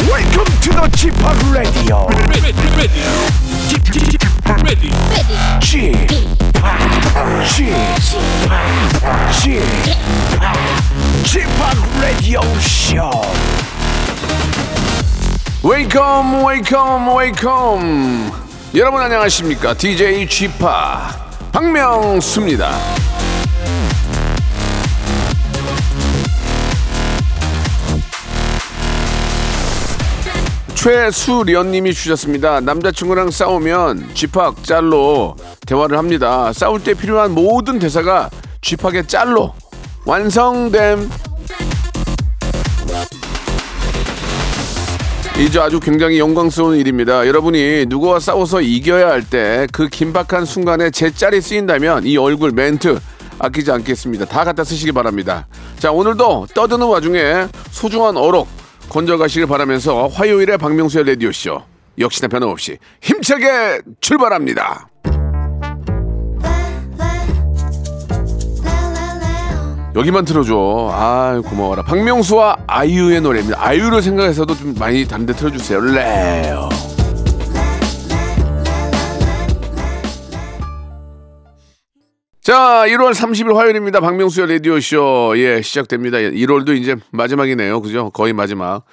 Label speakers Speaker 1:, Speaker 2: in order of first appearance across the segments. Speaker 1: to the Chip Radio.
Speaker 2: ready, ready, ready, ready.
Speaker 1: Chip, Chip, Chip, Chip Radio Show.
Speaker 3: 웨이컴 웨이컴 웨이컴 여러분 안녕하십니까 DJ g 파 박명수입니다 최수련님이 주셨습니다 남자친구랑 싸우면 쥐팍 짤로 대화를 합니다 싸울 때 필요한 모든 대사가 쥐팍의 짤로 완성됨 이제 아주 굉장히 영광스러운 일입니다. 여러분이 누구와 싸워서 이겨야 할 때 그 긴박한 순간에 제 짤이 쓰인다면 이 얼굴 멘트 아끼지 않겠습니다. 다 갖다 쓰시기 바랍니다. 자 오늘도 떠드는 와중에 소중한 어록 건져가시길 바라면서 화요일에 박명수의 라디오 쇼 역시나 변함없이 힘차게 출발합니다. 여기만 틀어줘. 아 고마워라. 박명수와 아이유의 노래입니다. 아이유를 생각해서도 좀 많이 담대 틀어주세요. 레오. 자, 1월 30일 화요일입니다. 박명수의 라디오쇼. 예, 시작됩니다. 1월도 이제 마지막이네요. 그죠? 거의 마지막.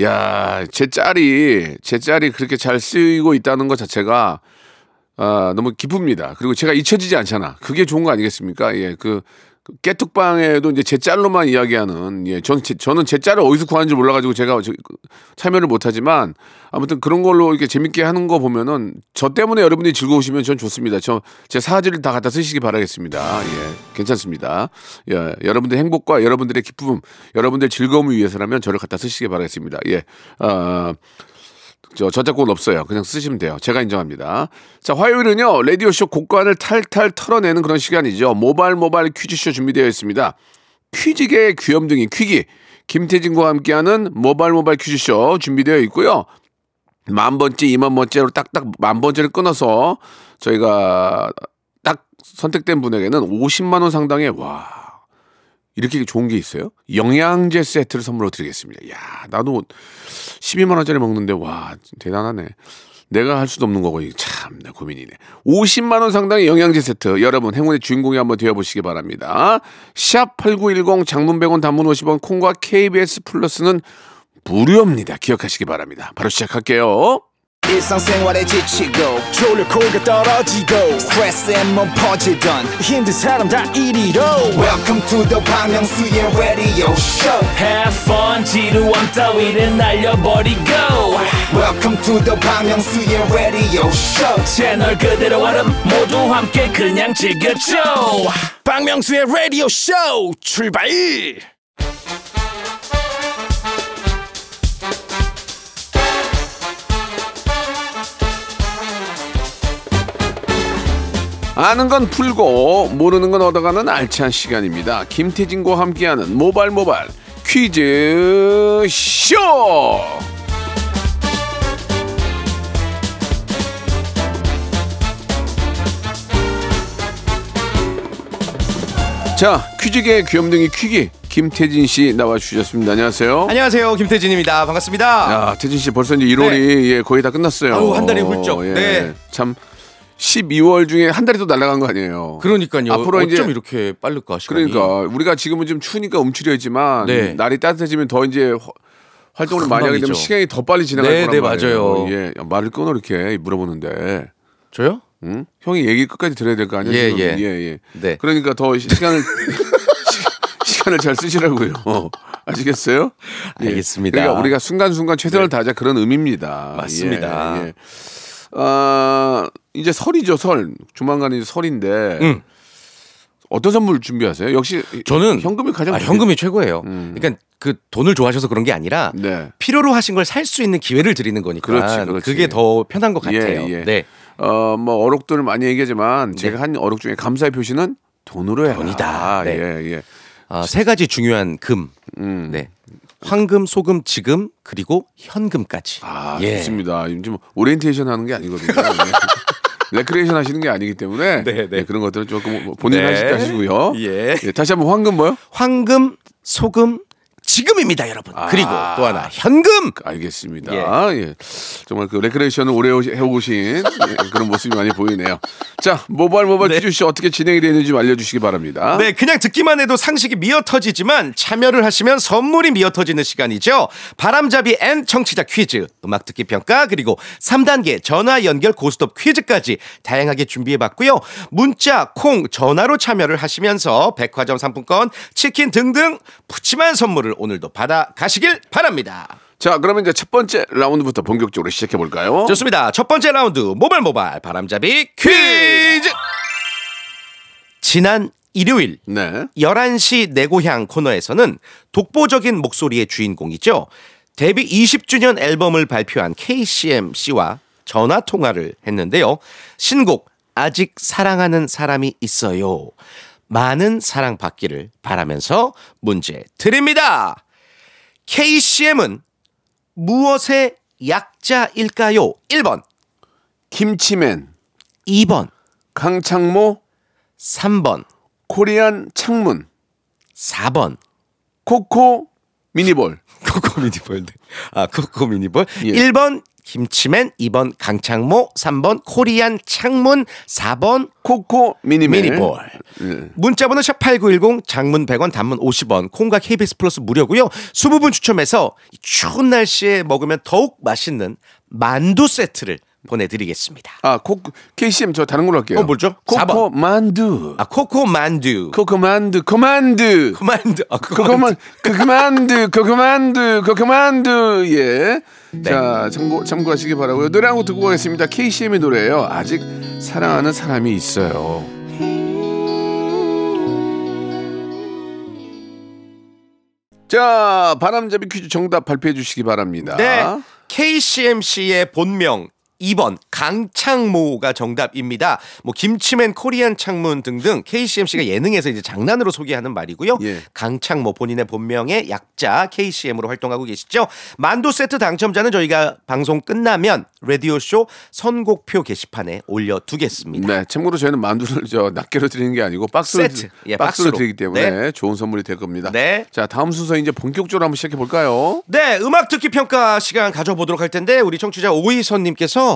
Speaker 3: 야, 제 짤이, 제 짤이 그렇게 잘 쓰이고 있다는 것 자체가 아, 너무 기쁩니다. 그리고 제가 잊혀지지 않잖아. 그게 좋은 거 아니겠습니까? 예, 그, 그 깨뚝방에도 이제 제 짤로만 이야기하는, 예, 전, 제, 저는 제 짤을 어디서 구하는지 몰라가지고 제가 저- 그 참여를 못하지만 아무튼 그런 걸로 이렇게 재밌게 하는 거 보면은 저 때문에 여러분이 즐거우시면 전 좋습니다. 저 제 사지를 다 갖다 쓰시기 바라겠습니다. 예, 괜찮습니다. 예, 여러분들 행복과 여러분들의 기쁨, 여러분들 즐거움을 위해서라면 저를 갖다 쓰시기 바라겠습니다. 예, 아, 저 저작권 없어요. 그냥 쓰시면 돼요. 제가 인정합니다. 자, 화요일은요. 라디오 쇼 곡관을 탈탈 털어내는 그런 시간이죠. 모발 모발 퀴즈쇼 준비되어 있습니다. 퀴즈계의 귀염둥이 퀴기 김태진과 함께하는 모발 모발 퀴즈쇼 준비되어 있고요. 만 번째, 이만 번째로 딱딱 만 번째를 끊어서 저희가 딱 선택된 분에게는 50만 원 상당의 와 이렇게 좋은 게 있어요? 영양제 세트를 선물로 드리겠습니다. 야, 나도 12만 원짜리 먹는데 와 대단하네. 내가 할 수도 없는 거고 이거 참 고민이네. 50만 원 상당의 영양제 세트 여러분 행운의 주인공이 한번 되어보시기 바랍니다. 샵8910 장문 100원 단문 50원 콩과 KBS 플러스는 무료입니다. 기억하시기 바랍니다. 바로 시작할게요.
Speaker 4: 일상생활에 지치고, 졸려 코가 떨어지고, 스트레스에 몸 퍼지던, 힘든 사람 다 이리로. welcome to the Bang Myung-soo's radio show
Speaker 2: Have fun, 지루함 따위를 날려버리고
Speaker 4: welcome to the Bang Myung-soo's radio show
Speaker 2: 채널 그대로 얼음 모두 함께 그냥 즐겨줘
Speaker 1: 박명수의 라디오 쇼 출발!
Speaker 3: 아는 건 풀고 모르는 건 얻어가는 알찬 시간입니다. 김태진과 함께하는 모발 모발 퀴즈 쇼. 자 퀴즈계의 귀염둥이 퀴기 김태진 씨 나와 주셨습니다. 안녕하세요.
Speaker 5: 안녕하세요 김태진입니다 반갑습니다
Speaker 3: 야, 태진 씨 벌써 이제 1월이 예, 거의 다 끝났어요.
Speaker 5: 아, 네.
Speaker 3: 예.
Speaker 5: 아유, 한 달이 훌쩍. 네.
Speaker 3: 참 12월 중에 한 달이 또 날아간 거 아니에요.
Speaker 5: 그러니까요
Speaker 3: 앞으로
Speaker 5: 어쩜
Speaker 3: 이제
Speaker 5: 이렇게 빠를까 시간이
Speaker 3: 그러니까 우리가 지금은 좀 추우니까 움츠려있지만
Speaker 5: 네.
Speaker 3: 날이 따뜻해지면 더 이제 허- 활동을 많이 하게 되면
Speaker 5: 금방이죠.
Speaker 3: 시간이 더 빨리 지나갈
Speaker 5: 네,
Speaker 3: 거란
Speaker 5: 네,
Speaker 3: 말이에요.
Speaker 5: 맞아요.
Speaker 3: 예, 야, 말을 끊어 이렇게 물어보는데.
Speaker 5: 저요?
Speaker 3: 응? 형이 얘기 끝까지 들어야 될 거 아니에요?
Speaker 5: 예,
Speaker 3: 지금?
Speaker 5: 예.
Speaker 3: 예, 예.
Speaker 5: 네.
Speaker 3: 그러니까 더 시- 시간을 시- 시간을 잘 쓰시라고요. 어. 아시겠어요? 예.
Speaker 5: 알겠습니다. 네.
Speaker 3: 그러니까 우리가 순간순간 최선을 다하자 그런 의미입니다.
Speaker 5: 맞습니다.
Speaker 3: 예, 예. 아, 이제 설이죠, 설. 조만간 이제 설인데.
Speaker 5: 음.
Speaker 3: 어떤 선물 준비하세요? 역시
Speaker 5: 저는
Speaker 3: 현금이 가장
Speaker 5: 아,
Speaker 3: 좋겠-
Speaker 5: 현금이 최고예요 그러니까 그 돈을 좋아하셔서 그런 게 아니라
Speaker 3: 네.
Speaker 5: 필요로 하신 걸 살 수 있는 기회를 드리는 거니까
Speaker 3: 그렇지, 그렇지.
Speaker 5: 게더 편한 것
Speaker 3: 예,
Speaker 5: 같아요
Speaker 3: 예.
Speaker 5: 네
Speaker 3: 어, 뭐 어록들을 많이 얘기하지만 제가 한 어록 중에 감사의 표시는 돈으로 해라.
Speaker 5: 돈이다. 네.
Speaker 3: 예, 예.
Speaker 5: 아, 세 가지 중요한 금
Speaker 3: 음.
Speaker 5: 네. 황금 소금 지금 그리고 현금까지
Speaker 3: 아,
Speaker 5: 예.
Speaker 3: 좋습니다. 요즘 오리엔테이션 하는 게 아니거든요. 예. 레크레이션 하시는 게 아니기 때문에
Speaker 5: 네, 네.
Speaker 3: 예, 그런 것들은 조금 본인
Speaker 5: 네.
Speaker 3: 하시게 하시고요.
Speaker 5: 예.
Speaker 3: 다시 한번 황금 뭐요?
Speaker 5: 황금 소금 지금입니다, 여러분.
Speaker 3: 아.
Speaker 5: 그리고 또 하나 현금.
Speaker 3: 알겠습니다. 예. 정말 그 레크레이션을 오래 오시- 해오신 예, 그런 모습이 많이 보이네요. 자, 모바일 모바일
Speaker 5: 네.
Speaker 3: 퀴즈 씨 어떻게 진행이 되는지 좀 알려주시기 바랍니다.
Speaker 5: 네, 그냥 듣기만 해도 상식이 미어터지지만 참여를 하시면 선물이 미어터지는 시간이죠. 바람잡이 앤 청취자 퀴즈, 음악 듣기 평가 그리고 3단계 전화 연결 고스톱 퀴즈까지 다양하게 준비해 봤고요. 문자, 콩, 전화로 참여를 하시면서 백화점 상품권, 치킨 등등 푸짐한 선물을 오늘도 받아 가시길 바랍니다.
Speaker 3: 자, 그러면 이제 첫 번째 라운드부터 본격적으로 시작해 볼까요?
Speaker 5: 좋습니다. 첫 번째 라운드 모발 모발 바람잡이 퀴즈. 지난 일요일
Speaker 3: 네.
Speaker 5: 11시 내 고향 코너에서는 독보적인 목소리의 주인공이죠. 데뷔 20주년 앨범을 발표한 KCM 씨와 전화 통화를 했는데요. 신곡 아직 사랑하는 사람이 있어요. 많은 사랑 받기를 바라면서 문제 드립니다. KCM은 무엇의 약자일까요? 1번,
Speaker 3: 김치맨,
Speaker 5: 2번,
Speaker 3: 강창모,
Speaker 5: 3번,
Speaker 3: 코리안 창문,
Speaker 5: 4번.
Speaker 3: 코코 미니볼.
Speaker 5: 코코 미니볼드. 아, 코코 미니볼.
Speaker 3: 예.
Speaker 5: 1번 김치맨, 2번 강창모, 3번 코리안 창문, 4번
Speaker 3: 코코 미니맨.
Speaker 5: 미니볼.
Speaker 3: 예.
Speaker 5: 문자번호 샵8910 장문 100원 단문 50원 콩과 KBS 플러스 무료고요. 20분 추첨해서 이 추운 날씨에 먹으면 더욱 맛있는 만두 세트를 보내드리겠습니다.
Speaker 3: 아, 코코 KCM 저 다른 걸로 할게요.
Speaker 5: 어, 뭘죠?
Speaker 3: 코코
Speaker 5: 4번.
Speaker 3: 만두.
Speaker 5: 아 코코 만두.
Speaker 3: 코코 만두, 코만두.
Speaker 5: 만두. 아, 코코
Speaker 3: 그거만
Speaker 5: 만두.
Speaker 3: 그그만두 그그만두 그그만두 예. 자 참고 참고하시기 바라고요. 노래 한 곡 듣고 가겠습니다. KCM의 노래예요. 아직 사랑하는 사람이 있어요. 자 바람잡이 퀴즈 정답 발표해 주시기 바랍니다.
Speaker 5: 네. KCMC의 본명 2번 강창모가 정답입니다. 뭐 김치맨 코리안 창문 등등 KCMC가 예능에서 이제 장난으로 소개하는 말이고요.
Speaker 3: 예.
Speaker 5: 강창모 본인의 본명의 약자 KCM으로 활동하고 계시죠. 만두 세트 당첨자는 저희가 방송 끝나면 라디오 쇼 선곡표 게시판에 올려 두겠습니다.
Speaker 3: 네, 참고로 저희는 만두를 저 낱개로 드리는 게 아니고 박스로
Speaker 5: 세트. 예,
Speaker 3: 박스로,
Speaker 5: 박스로.
Speaker 3: 드리기 때문에
Speaker 5: 네.
Speaker 3: 좋은 선물이 될 겁니다.
Speaker 5: 네.
Speaker 3: 자, 다음 순서 이제 본격적으로 한번 시작해 볼까요?
Speaker 5: 네, 음악 듣기 평가 시간 가져보도록 할 텐데 우리 청취자 오이선 님께서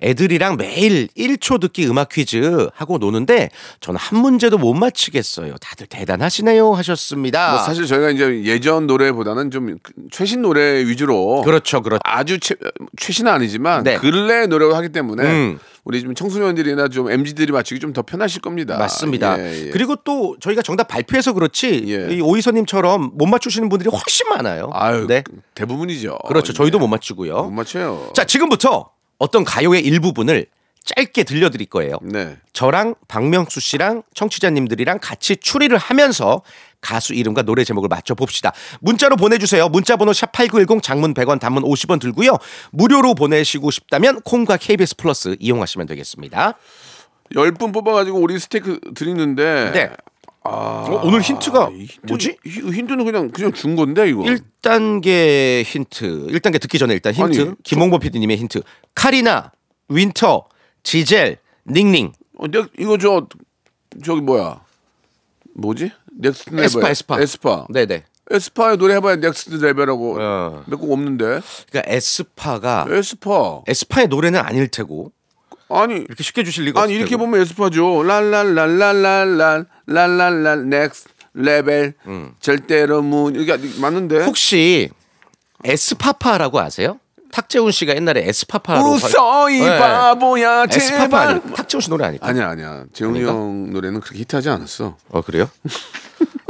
Speaker 5: 애들이랑 매일 1초 듣기 음악 퀴즈 하고 노는데 저는 한 문제도 못 맞히겠어요. 다들 대단하시네요 하셨습니다.
Speaker 3: 뭐 사실 저희가 이제 예전 노래보다는 좀 최신 노래 위주로
Speaker 5: 그렇죠. 그렇죠.
Speaker 3: 아주 최, 최신은 아니지만
Speaker 5: 네.
Speaker 3: 근래 노래를 하기 때문에
Speaker 5: 음.
Speaker 3: 우리 좀 청소년들이나 좀 MZ들이 맞추기 좀 더 편하실 겁니다.
Speaker 5: 맞습니다.
Speaker 3: 예, 예.
Speaker 5: 그리고 또 저희가 정답 발표해서 그렇지
Speaker 3: 예.
Speaker 5: 이 오이선 님처럼 못 맞추시는 분들이 훨씬 많아요.
Speaker 3: 아유
Speaker 5: 네.
Speaker 3: 대부분이죠.
Speaker 5: 그렇죠.
Speaker 3: 예.
Speaker 5: 저희도 못 맞추고요.
Speaker 3: 못 맞춰요.
Speaker 5: 자, 지금부터 어떤 가요의 일부분을 짧게 들려 드릴 거예요.
Speaker 3: 네.
Speaker 5: 저랑 박명수 씨랑 청취자님들이랑 같이 추리를 하면서 가수 이름과 노래 제목을 맞춰 봅시다. 문자로 보내주세요. 문자번호 샵 #8910 장문 100원, 단문 50원 들고요. 무료로 보내시고 싶다면 콩과 KBS 플러스 이용하시면 되겠습니다.
Speaker 3: 열 분 뽑아가지고 우리 스테이크 드리는데
Speaker 5: 네. 어, 오늘 힌트가
Speaker 3: 아,
Speaker 5: 뭐지?
Speaker 3: 힌트, 힌트는 그냥 그냥 준 건데 이거.
Speaker 5: 1단계 힌트. 1단계 듣기 전에 일단 힌트.
Speaker 3: 아니,
Speaker 5: 김홍범 PD님의 힌트. 카리나, 윈터, 지젤, 닝닝,
Speaker 3: 어, 넥, 이거 저 저기 뭐야? 네, 뭐지? 넥스트 레벨.
Speaker 5: 에스파, 에스파.
Speaker 3: 에스파.
Speaker 5: 네네.
Speaker 3: 에스파의 노래 해봐야 넥스트 레벨하고
Speaker 5: 어.
Speaker 3: 몇 곡 없는데
Speaker 5: 그러니까 에스파가
Speaker 3: 에스파
Speaker 5: 에스파의 노래는 아닐 테고
Speaker 3: 아니
Speaker 5: 이렇게 쉽게 주실 리가
Speaker 3: 아니
Speaker 5: 없을
Speaker 3: 이렇게
Speaker 5: 테고.
Speaker 3: 보면 에스파죠 랄랄랄랄랄랄랄랄랄 넥스트 레벨 절대로 문 이게 맞는데
Speaker 5: 음. 혹시 에스파파라고 아세요? 탁재훈 씨가 옛날에 에스파파로
Speaker 3: 웃어 이
Speaker 5: 네.
Speaker 3: 바보야
Speaker 5: 에스파파
Speaker 3: 제발
Speaker 5: 아니 탁재훈 씨 노래 아니까?
Speaker 3: 아니야 아니야 재훈이
Speaker 5: 아닌가?
Speaker 3: 형 노래는 그렇게 히트하지 않았어
Speaker 5: 어 그래요?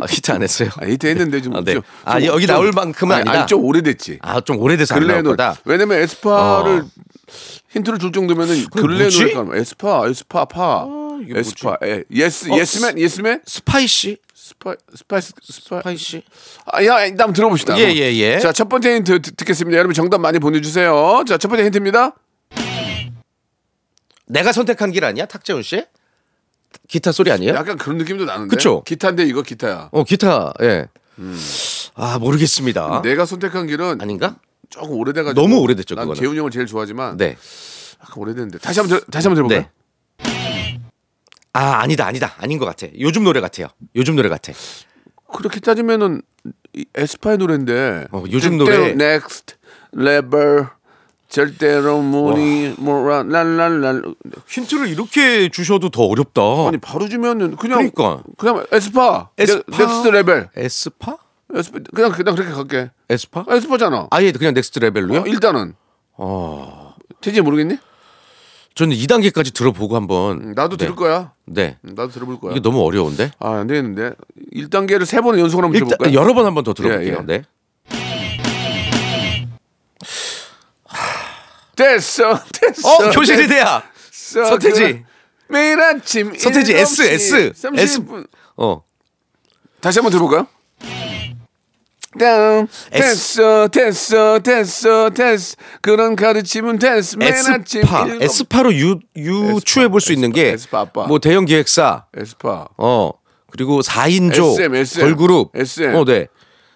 Speaker 5: 아, 히트 안 했어요.
Speaker 3: 아, 히트했는데 좀,
Speaker 5: 아, 네.
Speaker 3: 좀-
Speaker 5: 아,
Speaker 3: 좀-
Speaker 5: 여기
Speaker 3: 좀-
Speaker 5: 나올 만큼은
Speaker 3: 아니,
Speaker 5: 아니다.
Speaker 3: 아니, 좀 오래됐지
Speaker 5: 아 좀 오래돼서 안
Speaker 3: 근래
Speaker 5: 나올
Speaker 3: 노래
Speaker 5: 거다.
Speaker 3: 왜냐면 에스파를
Speaker 5: 어.
Speaker 3: 힌트를 줄 정도면은
Speaker 5: 그럼
Speaker 3: 근래
Speaker 5: 뭐지? 아,
Speaker 3: 노래가 에스파 에스파 파
Speaker 5: 이게 뭐지?
Speaker 3: 에스파 에 예스
Speaker 5: 어,
Speaker 3: 예스맨 예스맨
Speaker 5: 스파이시
Speaker 3: 스파 스파이스 스파
Speaker 5: 스파이시
Speaker 3: 아야 한번 들어봅시다.
Speaker 5: 예, 예, 예.
Speaker 3: 자 첫 번째 힌트 듣, 겠습니다 여러분 정답 많이 보내주세요. 자 첫 번째 힌트입니다.
Speaker 5: 내가 선택한 길 아니야? 탁재훈 씨 기타 소리 아니에요?
Speaker 3: 약간 그런 느낌도 나는데.
Speaker 5: 그쵸?
Speaker 3: 기타인데 이거 기타야.
Speaker 5: 어 기타 예.
Speaker 3: 음.
Speaker 5: 아 모르겠습니다.
Speaker 3: 내가 선택한 길은
Speaker 5: 아닌가?
Speaker 3: 조금 오래돼가지고
Speaker 5: 너무 오래됐죠,
Speaker 3: 난
Speaker 5: 그거는.
Speaker 3: 재훈이 형을 제일 좋아하지만
Speaker 5: 네.
Speaker 3: 약간 오래됐는데 다시 한번 들- 다시 한번 들어볼까요?
Speaker 5: 네. 아 아니다 아니다 아닌 것 같아. 요즘 노래 같아요. 요즘 노래 같아.
Speaker 3: 그렇게 따지면은 이 에스파의 노래인데
Speaker 5: 어, 요즘 노래.
Speaker 3: 넥스트 레벨 절대로 문이 몰아 랄랄랄
Speaker 5: 힌트를 이렇게 주셔도 더 어렵다.
Speaker 3: 아니 바로 주면은 그냥
Speaker 5: 그러니까.
Speaker 3: 냥 에스파,
Speaker 5: 에스파.
Speaker 3: 넥, 스트 레벨
Speaker 5: 에스파?
Speaker 3: 에스파 그냥 그냥 그렇게 갈게
Speaker 5: 에스파?
Speaker 3: 에스파잖아
Speaker 5: 아예 그냥 넥스트 레벨로요?
Speaker 3: 어, 일단은
Speaker 5: 아.
Speaker 3: 태진이 모르겠니?
Speaker 5: 저는 2단계까지 들어보고 한번
Speaker 3: 음, 나도
Speaker 5: 네.
Speaker 3: 들을 거야
Speaker 5: 네.
Speaker 3: 나도 들어볼 거야
Speaker 5: 이게 너무 어려운데?
Speaker 3: 아 안 되겠는데 1단계를 세번 연속으로 한번
Speaker 5: 일단
Speaker 3: 들어볼까요?
Speaker 5: 여러 번 한번 더 들어볼게요.
Speaker 3: 예, 예.
Speaker 5: 네.
Speaker 3: 됐어 됐어
Speaker 5: 어, 교실이 돼야.
Speaker 3: 됐어.
Speaker 5: 서태지.
Speaker 3: 매일 아침
Speaker 5: 서태지 S
Speaker 3: 7시
Speaker 5: S
Speaker 3: 30분
Speaker 5: 어.
Speaker 3: 다시 한번 들어볼까요? 다음
Speaker 5: S.
Speaker 3: 됐어 됐어 됐어 됐어 그런 가르침은 됐어 맨 아침
Speaker 5: 에스파.
Speaker 3: 일곱-
Speaker 5: 에스파로 유 유추해 볼 수 있는 게
Speaker 3: 에스파 아빠.
Speaker 5: 뭐 대형 기획사.
Speaker 3: 에스파
Speaker 5: 어. 그리고 4인조
Speaker 3: SM, SM.
Speaker 5: 걸그룹.
Speaker 3: SM.
Speaker 5: 어, 네.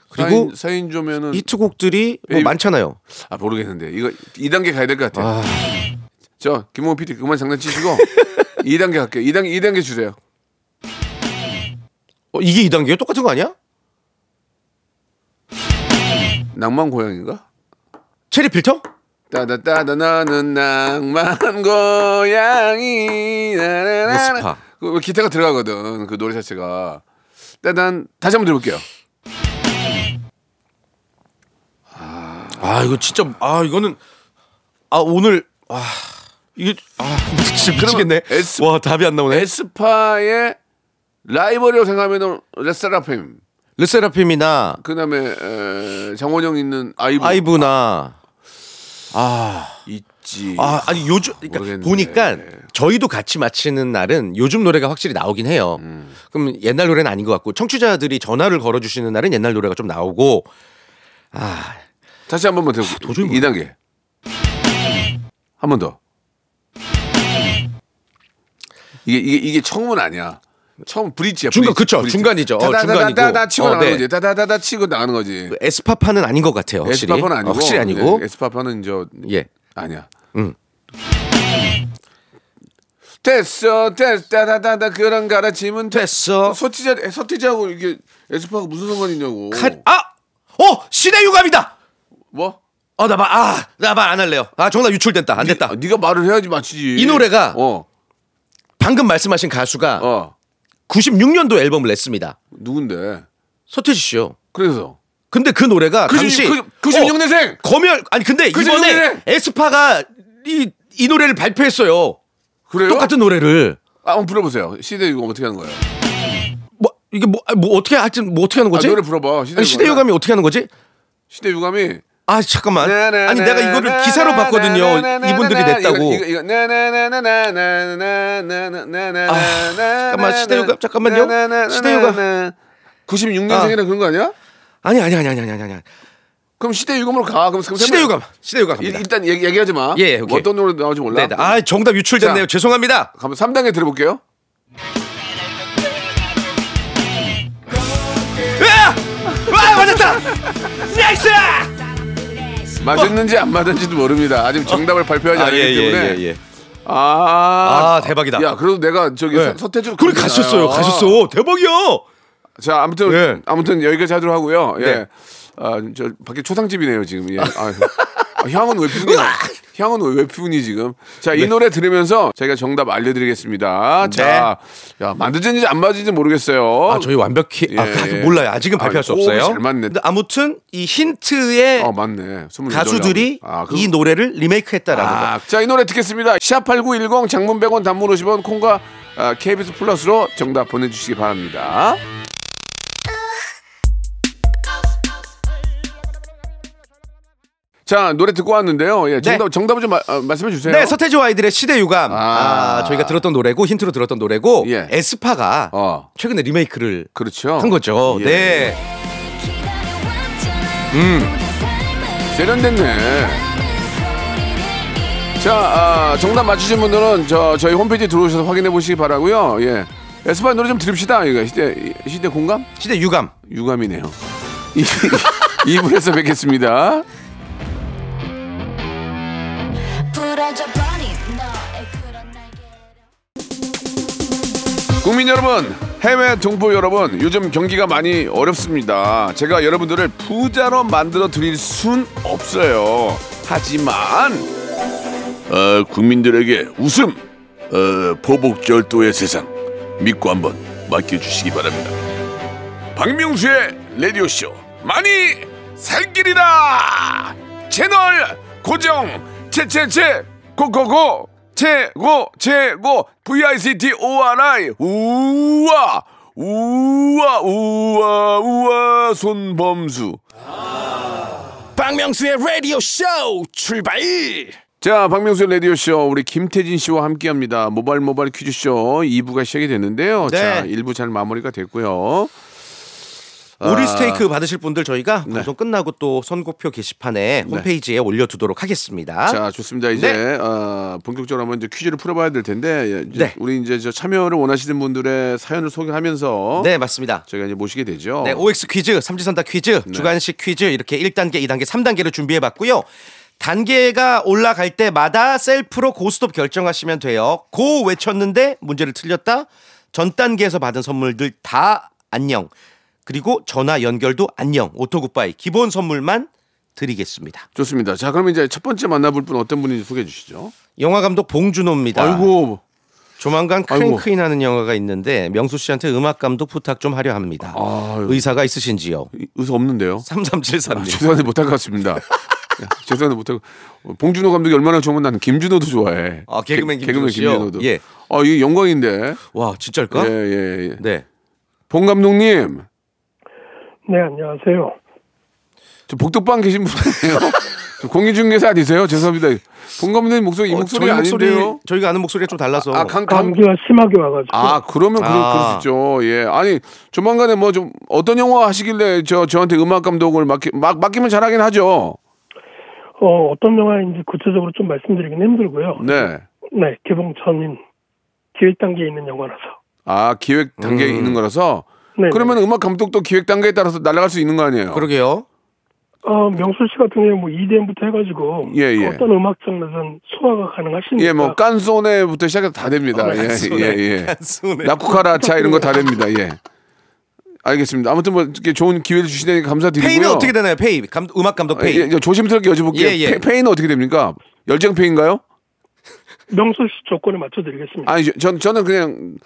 Speaker 5: 그리고
Speaker 3: 사인, 사인조면은
Speaker 5: 히트곡들이 뭐
Speaker 3: 에이.
Speaker 5: 많잖아요.
Speaker 3: 아 모르겠는데 이거 2단계 가야 될 것 같아 요저 김홍 PD 그만 장난치시고 2단계 갈게요 2단계 2단계 주세요
Speaker 5: 어, 이게 2단계예요? 똑같은 거 아니야?
Speaker 3: 낭만 고양이가?
Speaker 5: 체리 필터?
Speaker 3: 따다따다 너는 낭만 고양이 나나나나.
Speaker 5: 에스파.
Speaker 3: 그 기타가 들어가거든 그 노래 자체가 따단 다시 한번 들어볼게요
Speaker 5: 아 이거 진짜 아 이거는 아 오늘 아 이게 아 진짜 미치겠네.
Speaker 3: S-
Speaker 5: 와 답이 안 나오네.
Speaker 3: 에스파의 라이벌이라고 생각하면 레스라핌
Speaker 5: 르세라핌이나
Speaker 3: 그다음에 에, 장원영 있는
Speaker 5: 뭐.
Speaker 3: 아이브,
Speaker 5: 아이브나
Speaker 3: 있지
Speaker 5: 아 아니 요즘 그러니까
Speaker 3: 모르겠네.
Speaker 5: 보니까 저희도 같이 맞히는 날은 요즘 노래가 확실히 나오긴 해요. 그럼 옛날 노래는 아닌 것 같고 청취자들이 전화를 걸어주시는 날은 옛날 노래가 좀 나오고
Speaker 3: 다시 한 번만 들어볼게요
Speaker 5: 아, 도저히 모르-
Speaker 3: 2단계 한 번더 이게 이게 이게 처음은 아니야 처음 브릿지야
Speaker 5: 중간,
Speaker 3: 브릿지,
Speaker 5: 그쵸,
Speaker 3: 브릿지.
Speaker 5: 중간이죠. 어, 중간이고.
Speaker 3: 다다다다다 치고
Speaker 5: 어,
Speaker 3: 나가는
Speaker 5: 네.
Speaker 3: 거지 다다다다 치고 나가는 거지
Speaker 5: 그 에스파파는 아닌 것 같아요. 확실히
Speaker 3: 에스파파는
Speaker 5: 어,
Speaker 3: 아니고
Speaker 5: 확실히 아니고
Speaker 3: 네, 에스파파는 저
Speaker 5: 예. 음.
Speaker 3: 아니야.
Speaker 5: 응.
Speaker 3: 됐어, 됐다다다다 그런 가라침은 됐어.
Speaker 5: 됐어.
Speaker 3: 서티자 서티자하고 이게 에스파가 무슨 상관이 있냐고.
Speaker 5: 칼- 아! 어 시대 유감이다.
Speaker 3: 뭐?
Speaker 5: 어, 나 말, 아, 나 말 안 할래요. 아, 정답 유출됐다. 안 됐다.
Speaker 3: 아, 네가 말을 해야지 맞히지.
Speaker 5: 이 노래가-
Speaker 3: 어,
Speaker 5: 방금 말씀하신 가수가
Speaker 3: 어,
Speaker 5: 96년도 앨범을 냈습니다.
Speaker 3: 누군데?
Speaker 5: 서태지 씨요.
Speaker 3: 그래서
Speaker 5: 근데 그 노래가
Speaker 3: 그
Speaker 5: 당시
Speaker 3: 그- 96 년생!
Speaker 5: 어, 검열 아니 근데
Speaker 3: 그
Speaker 5: 이번에
Speaker 3: 96
Speaker 5: 에스파가 이, 이 노래를 발표했어요.
Speaker 3: 그래요?
Speaker 5: 똑같은 노래를
Speaker 3: 아, 한번 불러보세요. 시대 이거 어떻게 하는 거예요?
Speaker 5: 뭐 이게 뭐, 아, 뭐 어떻게 하여튼 뭐 어떻게 하는 거지?
Speaker 3: 아, 노래 불러봐. 시대
Speaker 5: 아니, 시대
Speaker 3: 유감이-
Speaker 5: 유감이 어떻게 하는 거지?
Speaker 3: 시대 유감이
Speaker 5: 아 잠깐만.
Speaker 3: 네,
Speaker 5: 아니 내가 이거를 기사로 봤거든요. 이분들이 냈다고. 아, 잠깐만, 시대유감, 잠깐만요. 시대유감.
Speaker 3: 96년생이라 그런 거 아니야?
Speaker 5: 아니 아니 아니 아니 아니 아니. 아니.
Speaker 3: 그럼 시대유감으로 가. 그럼
Speaker 5: 시대 유감. 시대 유감 갑니다.
Speaker 3: 일단 얘기, 얘기하지 마.
Speaker 5: 예, 오케이.
Speaker 3: 어떤 노래 나오지 몰라.
Speaker 5: 네, 네. 아 정답 유출됐네요.
Speaker 3: 자.
Speaker 5: 죄송합니다.
Speaker 3: 가면 3단계 들어볼게요.
Speaker 5: 으아! 와 맞았다. 나이스!
Speaker 3: 맞았는지 안 맞았는지도 모릅니다. 아직 예, 정답을 발표하지
Speaker 5: 예,
Speaker 3: 않았기 때문에. 아,
Speaker 5: 아, 대박이다.
Speaker 3: 야, 그래도 내가 저기
Speaker 5: 네.
Speaker 3: 서태지 아.
Speaker 5: 그래 가셨어요. 가셨어. 대박이야.
Speaker 3: 자 아무튼
Speaker 5: 예.
Speaker 3: 아무튼 여기까지 하도록 하고요. 예.
Speaker 5: 네.
Speaker 3: 아저 밖에 초상집이네요 지금. 예. 아, 아, 향은 왜 피우니? 향은 왜 피우니 지금? 자 이
Speaker 5: 네.
Speaker 3: 노래 들으면서 저희가 정답 알려드리겠습니다. 자, 야 만드는지 안 맞는지 모르겠어요.
Speaker 5: 아, 저희 완벽히 아,
Speaker 3: 예,
Speaker 5: 가수
Speaker 3: 예.
Speaker 5: 몰라요. 아직은 발표할
Speaker 3: 아,
Speaker 5: 수
Speaker 3: 오,
Speaker 5: 없어요.
Speaker 3: 잘 맞네.
Speaker 5: 근데 아무튼 이 힌트에
Speaker 3: 어 맞네. 28 이라고.
Speaker 5: 가수들이
Speaker 3: 아, 그-
Speaker 5: 이 노래를 리메이크했다라는 거.
Speaker 3: 아, 자이 노래 듣겠습니다. 샵8910 장문 100원 단문 50원 콩과 아, KBS 플러스로 정답 보내주시기 바랍니다. 자 노래 듣고 왔는데요. 예, 정답
Speaker 5: 네.
Speaker 3: 정답을 좀 마- 아, 말씀해 주세요.
Speaker 5: 네, 서태지 아이들의 시대 유감. 아,
Speaker 3: 아.
Speaker 5: 저희가 들었던 노래고 힌트로 들었던 노래고
Speaker 3: 예.
Speaker 5: 에스파가
Speaker 3: 어.
Speaker 5: 최근에 리메이크를
Speaker 3: 그렇죠.
Speaker 5: 한 거죠.
Speaker 3: 예.
Speaker 5: 네.
Speaker 3: 세련됐네. 자, 아, 정답 맞추신 분들은 저 저희 홈페이지 들어오셔서 확인해 보시기 바라고요. 예. 에스파 노래 좀 들읍시다. 이거 시대 시대 공감?
Speaker 5: 시대 유감.
Speaker 3: 유감이네요. 이- 이분에서 뵙겠습니다. 국민 여러분, 해외 동포 여러분, 요즘 경기가 많이 어렵습니다. 제가 여러분들을 부자로 만들어 드릴 순 없어요. 하지만 어, 국민들에게 웃음, 어, 보복절도의 세상 믿고 한번 맡겨주시기 바랍니다. 박명수의 라디오 쇼 많이 살기리라 채널 고정 채채채 고고고 최고 최고 VICT ORI 우와 우와 우와 우와 손범수
Speaker 1: 박명수의 라디오 쇼 출발
Speaker 3: 자, 박명수 라디오 쇼 우리 김태진 씨와 함께합니다. 모발 모발 퀴즈 쇼 2부가 시작이 됐는데요.
Speaker 5: 네.
Speaker 3: 자, 1부 잘 마무리가 됐고요.
Speaker 5: 오리 스테이크 받으실 분들 저희가
Speaker 3: 아. 네.
Speaker 5: 방송 끝나고 또 선곡표 게시판에 홈페이지에 올려두도록 하겠습니다.
Speaker 3: 자, 좋습니다. 이제 어, 본격적으로 한번 이제 퀴즈를 풀어봐야 될 텐데 예, 이제
Speaker 5: 네.
Speaker 3: 우리 이제 저 참여를 원하시는 분들의 사연을 소개하면서
Speaker 5: 네 맞습니다.
Speaker 3: 저희가 이제 모시게 되죠.
Speaker 5: 네, OX 퀴즈, 삼지선다 퀴즈,
Speaker 3: 네.
Speaker 5: 주간식 퀴즈 이렇게 1단계, 2단계, 3단계를 준비해 봤고요. 단계가 올라갈 때마다 셀프로 고스톱 결정하시면 돼요. 고 외쳤는데 문제를 틀렸다. 전 단계에서 받은 선물들 다 안녕. 그리고 전화 연결도 안녕. 오토 굿바이 기본 선물만 드리겠습니다.
Speaker 3: 좋습니다. 자, 그럼 이제 첫 번째 만나볼 분 어떤 분인지 소개해 주시죠.
Speaker 5: 영화 감독 봉준호입니다.
Speaker 3: 아이고,
Speaker 5: 조만간
Speaker 3: 아이고.
Speaker 5: 크랭크인하는 영화가 있는데 명수 씨한테 음악 감독 부탁 좀 하려 합니다.
Speaker 3: 아유.
Speaker 5: 의사가 있으신지요?
Speaker 3: 이- 의사 없는데요.
Speaker 5: 3373님.
Speaker 3: 죄송한데 못할 것 같습니다. 야, 죄송한데 못할 것- 어, 봉준호 감독이 얼마나 좋으면 나는 김준호도 좋아해.
Speaker 5: 아, 개그맨
Speaker 3: 개-
Speaker 5: 김준호 씨요?
Speaker 3: 김준호도.
Speaker 5: 예. 어?
Speaker 3: 아, 이게 영광인데.
Speaker 5: 와, 진짜일까?
Speaker 3: 예, 예, 예.
Speaker 5: 네.
Speaker 3: 봉 감독님,
Speaker 6: 네, 안녕하세요.
Speaker 3: 저 복덕방 계신 분이에요. 공인중개사 아니세요? 죄송합니다. 봉 감독님 목소리 이
Speaker 5: 어,
Speaker 3: 목소리
Speaker 5: 저희
Speaker 3: 아닌데요?
Speaker 5: 저희가 아는 목소리가 좀 달라서.
Speaker 3: 아, 강, 강,
Speaker 6: 감기가 심하게 와가지고
Speaker 3: 아, 그러면 그럴,
Speaker 5: 아.
Speaker 3: 그럴 수 있죠. 예. 아니, 조만간에 뭐 좀 어떤 영화 하시길래 저, 저한테 음악 감독을 맡기, 막, 맡기면 잘하긴 하죠.
Speaker 6: 어, 어떤 영화인지 구체적으로 좀 말씀드리긴 힘들고요.
Speaker 3: 네.
Speaker 6: 네, 개봉 전인 기획 단계에 있는 영화라서.
Speaker 3: 아, 기획 단계에 있는 거라서.
Speaker 6: 네.
Speaker 3: 그러면 음악 감독도 기획 단계에 따라서 날아갈 수 있는 거 아니에요?
Speaker 5: 그러게요.
Speaker 6: 어, 명수 씨 같은 경우 뭐 EDM부터 해가지고
Speaker 3: 예, 예.
Speaker 6: 어떤 음악 장르든 소화가 가능하시니까.
Speaker 3: 예, 뭐 깐소네부터 시작해서 다 됩니다. 예,
Speaker 5: 어, 깐소네,
Speaker 3: 예, 예.
Speaker 5: 깐소네.
Speaker 3: 나쿠카라차 이런 거 다 됩니다. 예. 알겠습니다. 아무튼 뭐 이렇게 좋은 기회를 주시다니 감사드리고요.
Speaker 5: 페이는 어떻게 되나요? 페이. 감, 음악 감독 페이.
Speaker 3: 예, 예, 조심스럽게 여쭤볼게요.
Speaker 5: 예, 예.
Speaker 3: 페, 페이는 어떻게 됩니까? 열정 페인가요?
Speaker 6: 명수 씨 조건에 맞춰드리겠습니다.
Speaker 3: 아니, 저- 전 저는 그냥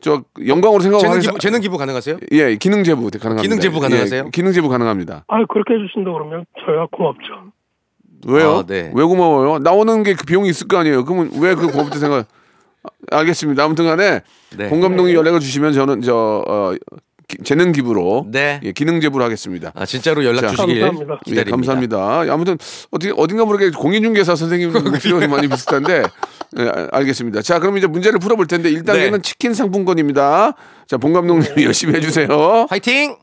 Speaker 3: 저 영광으로 생각하고
Speaker 5: 재능
Speaker 3: 하겠-
Speaker 5: 기부, 재능 기부 가능하세요?
Speaker 3: 어, 예, 기능 제보 가능합니다.
Speaker 5: 기능 제보
Speaker 3: 예,
Speaker 5: 가능하세요?
Speaker 3: 기능 제보 가능합니다.
Speaker 6: 아, 그렇게 해주신다 그러면 저희가 고맙죠.
Speaker 3: 왜요?
Speaker 5: 아, 네.
Speaker 3: 왜 고마워요? 나오는 게 그 비용이 있을 거 아니에요. 그러면 왜그 고맙다 생각? 아, 알겠습니다. 아무튼간에
Speaker 5: 네.
Speaker 3: 공 감독님 연락을 주시면 저는 저 어, 기- 재능 기부로
Speaker 5: 네.
Speaker 3: 예, 기능 제부로 하겠습니다.
Speaker 5: 아, 진짜로 연락
Speaker 3: 자,
Speaker 5: 주시길
Speaker 6: 감사합니다.
Speaker 3: 예,
Speaker 5: 기다립니다.
Speaker 3: 감사합니다. 아무튼 어떻게 어딘가 모르게 공인중개사 선생님 목소리가 많이 비슷한데 예, 아, 알겠습니다. 자, 그럼 이제 문제를 풀어볼 텐데 1단계는
Speaker 5: 네. 음.
Speaker 3: 치킨 상품권입니다. 자, 봉 감독님 열심히 해주세요.
Speaker 5: 화이팅!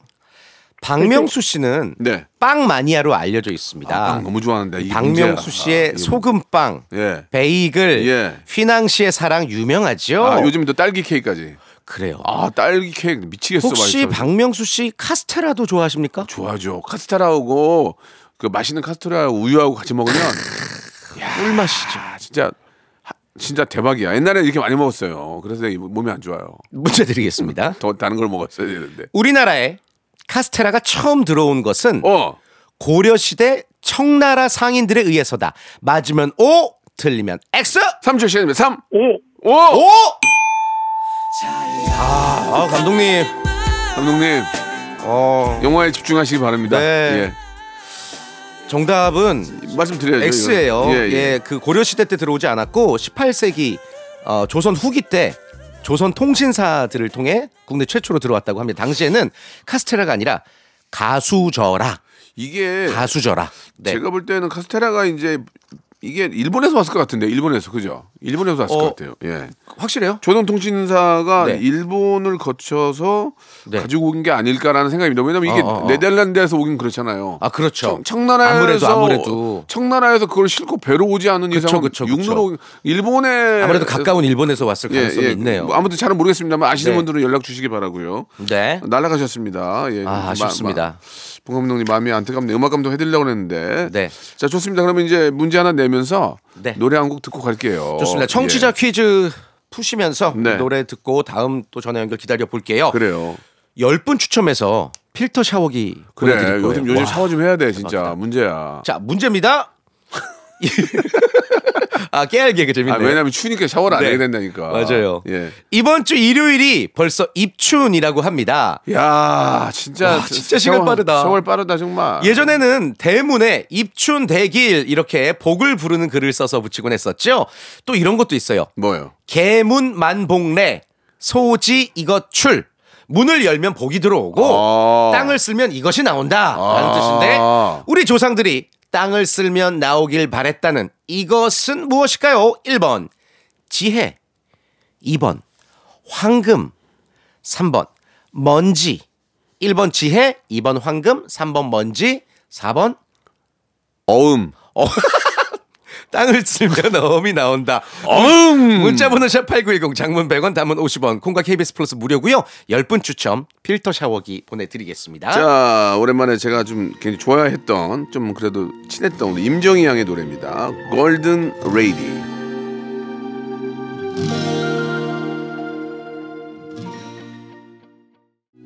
Speaker 5: 박명수 씨는
Speaker 3: 네.
Speaker 5: 빵 마니아로 알려져 있습니다.
Speaker 3: 아, 너무 좋아하는데 이
Speaker 5: 박명수
Speaker 3: 문제야.
Speaker 5: 씨의
Speaker 3: 아, 이거-
Speaker 5: 소금빵,
Speaker 3: 예.
Speaker 5: 베이글,
Speaker 3: 예.
Speaker 5: 휘낭 씨의 사랑 유명하죠.
Speaker 3: 아, 요즘 또 딸기 케이크까지.
Speaker 5: 그래요.
Speaker 3: 아, 딸기 케이크 미치겠어
Speaker 5: 혹시
Speaker 3: 맛있어.
Speaker 5: 박명수 씨 카스테라도 좋아하십니까?
Speaker 3: 좋아하죠. 카스테라하고 그 맛있는 카스테라하고 우유하고 같이 먹으면
Speaker 5: 꿀맛이죠.
Speaker 3: 아, 진짜 하- 진짜 대박이야. 옛날에 이렇게 많이 먹었어요. 그래서 이 몸이 안 좋아요.
Speaker 5: 문제 드리겠습니다.
Speaker 3: 더 다른 걸 먹었어야 되는데.
Speaker 5: 우리나라에 카스테라가 처음 들어온 것은
Speaker 3: 어.
Speaker 5: 고려시대 청나라 상인들에 의해서다. 맞으면 O, 틀리면 X.
Speaker 3: 3초 시간입니다. 3.
Speaker 6: 오,
Speaker 3: 오!
Speaker 5: O. 아, 아, 감독님.
Speaker 3: 감독님,
Speaker 5: 어,
Speaker 3: 영화에 집중하시기 바랍니다.
Speaker 5: 네. 정답은
Speaker 3: 예. 말씀드려야죠. 이거.
Speaker 5: X예요.
Speaker 3: 예,
Speaker 5: 예,
Speaker 3: 예.
Speaker 5: 그 고려시대 때 들어오지 않았고 18세기 어, 조선 후기 때 조선 통신사들을 통해 국내 최초로 들어왔다고 합니다. 당시에는 카스테라가 아니라 가수저라,
Speaker 3: 이게
Speaker 5: 가수저라. 네.
Speaker 3: 예. 제가 볼 때는 카스테라가 이제 이게 일본에서 왔을 것 같은데. 일본에서. 그죠? 일본에서 왔을
Speaker 5: 어.
Speaker 3: 것 같아요. 예.
Speaker 5: 확실해요?
Speaker 3: 조선통신사가
Speaker 5: 네.
Speaker 3: 일본을 거쳐서
Speaker 5: 네.
Speaker 3: 가지고 온 게 아닐까라는 생각입니다. 왜냐면 이게
Speaker 5: 어, 어, 어.
Speaker 3: 네덜란드에서 오긴 그렇잖아요.
Speaker 5: 아 그렇죠.
Speaker 3: 청- 청나라에서
Speaker 5: 아무래도 아무래도
Speaker 3: 청나라에서 그걸 실고 배로 오지 않은 이상은
Speaker 5: 그쵸, 그쵸.
Speaker 3: 육로로 오긴- 일본에
Speaker 5: 아무래도 가까운 일본에서 왔을 가능성이 있네요.
Speaker 3: 예. 뭐 아무튼 잘은 모르겠습니다만 아시는
Speaker 5: 네.
Speaker 3: 분들은 연락 주시기 바라고요.
Speaker 5: 네.
Speaker 3: 날아가셨습니다. 예.
Speaker 5: 아, 아쉽습니다.
Speaker 3: 봉 감독님 마음이 안타깝네요. 음악 감독 해드리려고 했는데.
Speaker 5: 네.
Speaker 3: 자 좋습니다. 그러면 이제 문제 하나 내면서
Speaker 5: 네.
Speaker 3: 노래 한 곡 듣고 갈게요.
Speaker 5: 좋습니다. 청취자
Speaker 3: 어, 예.
Speaker 5: 퀴즈 푸시면서
Speaker 3: 네.
Speaker 5: 노래 듣고 다음 또 전화 연결 기다려 볼게요.
Speaker 3: 그래요.
Speaker 5: 10분 추첨해서 필터 샤워기
Speaker 3: 그래.
Speaker 5: 보내드릴 거예요.
Speaker 3: 요즘 요즘
Speaker 5: 와.
Speaker 3: 샤워 좀 해야 돼 진짜 문제야. 아,
Speaker 5: 자, 문제입니다. 아, 깨알 개그 재밌네.
Speaker 3: 아, 왜냐면 추우니까 샤워를 안
Speaker 5: 네.
Speaker 3: 해야 된다니까.
Speaker 5: 맞아요.
Speaker 3: 예.
Speaker 5: 이번 주 일요일이 벌써 입춘이라고 합니다.
Speaker 3: 야 진짜
Speaker 5: 와, 진짜 시간 빠르다.
Speaker 3: 세월 빠르다 정말.
Speaker 5: 예전에는 대문에 입춘 대길 이렇게 복을 부르는 글을 써서 붙이곤 했었죠. 또 이런 것도 있어요.
Speaker 3: 뭐요?
Speaker 5: 개문 만복래 소지 이것 출 문을 열면 복이
Speaker 3: 아.
Speaker 5: 들어오고 땅을 쓸면 이것이 나온다라는
Speaker 3: 아.
Speaker 5: 뜻인데 우리 조상들이 땅을 쓸면 나오길 바랬다는 이것은 무엇일까요? 1번 지혜 2번 황금 3번 먼지 1번 지혜 2번 황금 3번 먼지 4번
Speaker 3: 어음.
Speaker 5: 땅을 쓸면 어음이 나온다.
Speaker 3: 어음.
Speaker 5: 문자번호 샵8910 장문 100원 담은 50원 콩과 KBS 플러스 무료고요 10분 추첨 필터 샤워기 보내드리겠습니다
Speaker 3: 자 오랜만에 제가 좀 굉장히 좋아했던 좀 그래도 친했던 우리 임정희 양의 노래입니다. 골든 레이디.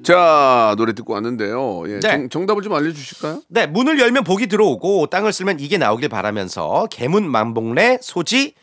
Speaker 3: 자 노래 듣고 왔는데요. 예,
Speaker 5: 네.
Speaker 3: 정, 정답을 좀 알려주실까요?
Speaker 5: 네 문을 열면 복이 들어오고 땅을 쓸면 이게 나오길 바라면서 개문 만복래 소지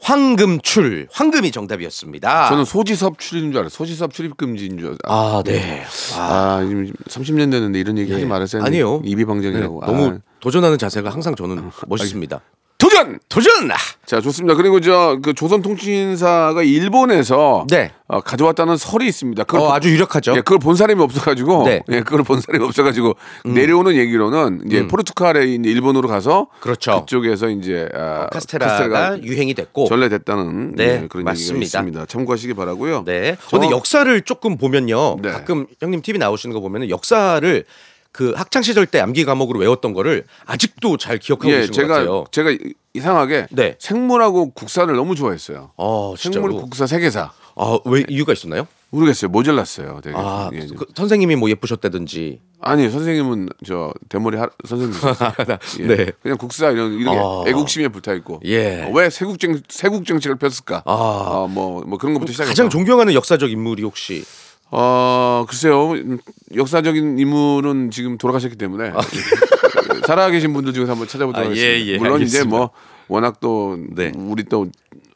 Speaker 5: 황금출 황금이 정답이었습니다
Speaker 3: 저는 소지섭 출입인 줄 알아요. 소지섭 출입 금지인 줄 알아요.
Speaker 5: 아네
Speaker 3: 아, 예. 지금 30년 됐는데 이런 얘기 하지 말았어요.
Speaker 5: 아니요.
Speaker 3: 입이
Speaker 5: 네,
Speaker 3: 방정이라고.
Speaker 5: 너무
Speaker 3: 아.
Speaker 5: 도전하는 자세가 항상 저는 멋있습니다
Speaker 3: 도전!
Speaker 5: 도전 아,
Speaker 3: 자, 좋습니다. 그리고 저, 그 조선통신사가 일본에서.
Speaker 5: 네.
Speaker 3: 어, 가져왔다는 설이 있습니다. 그걸,
Speaker 5: 어,
Speaker 3: 본-
Speaker 5: 아주 유력하죠
Speaker 3: 예, 그걸 본 사람이 없어가지고.
Speaker 5: 네. 음.
Speaker 3: 예, 그걸 본 사람이 없어가지고. 내려오는 얘기로는 이제 포르투갈에 있는 일본으로 가서.
Speaker 5: 그렇죠. 어,
Speaker 3: 그쪽에서 이제. 아,
Speaker 5: 카스테라가, 유행이 됐고
Speaker 3: 전래됐다는
Speaker 5: 네,
Speaker 3: 예, 그런
Speaker 5: 맞습니다.
Speaker 3: 얘기가 있습니다. 참고하시기 바라고요
Speaker 5: 네.
Speaker 3: 저-
Speaker 5: 근데 역사를 조금 보면요.
Speaker 3: 네.
Speaker 5: 가끔 형님 TV 나오시는 거 보면은 역사를 그 학창 시절 때 암기 과목으로 외웠던 거를 아직도 잘 기억하고
Speaker 3: 예,
Speaker 5: 계신
Speaker 3: 제가
Speaker 5: 것 같아요.
Speaker 3: 제가 이상하게
Speaker 5: 네.
Speaker 3: 생물하고 국사를 너무 좋아했어요.
Speaker 5: 아, 진짜로.
Speaker 3: 생물 국사 세계사
Speaker 5: 아, 왜 이유가 있었나요?
Speaker 3: 모르겠어요. 모자랐어요. 되게.
Speaker 5: 아,
Speaker 3: 네. 예.
Speaker 5: 그 선생님이 뭐 예쁘셨다든지.
Speaker 3: 아니 선생님은 저 대머리 하, 선생님. 예.
Speaker 5: 네.
Speaker 3: 그냥 국사 이런 이렇게
Speaker 5: 아.
Speaker 3: 애국심에 불타 있고.
Speaker 5: 예.
Speaker 3: 어, 왜 세국정 세국정책을 폈을까?
Speaker 5: 아.
Speaker 3: 뭐뭐 그런 것부터 시작해서.
Speaker 5: 가장 존경하는 역사적 인물이 혹시
Speaker 3: 어 글쎄요 음, 역사적인 인물은 지금 돌아가셨기 때문에 살아계신 분들 중에서 한번 찾아보도록
Speaker 5: 예. 아, 예,
Speaker 3: 하겠습니다.
Speaker 5: 예,
Speaker 3: 물론 이제
Speaker 5: 알겠습니다.
Speaker 3: 뭐 워낙 또
Speaker 5: 네.
Speaker 3: 우리 또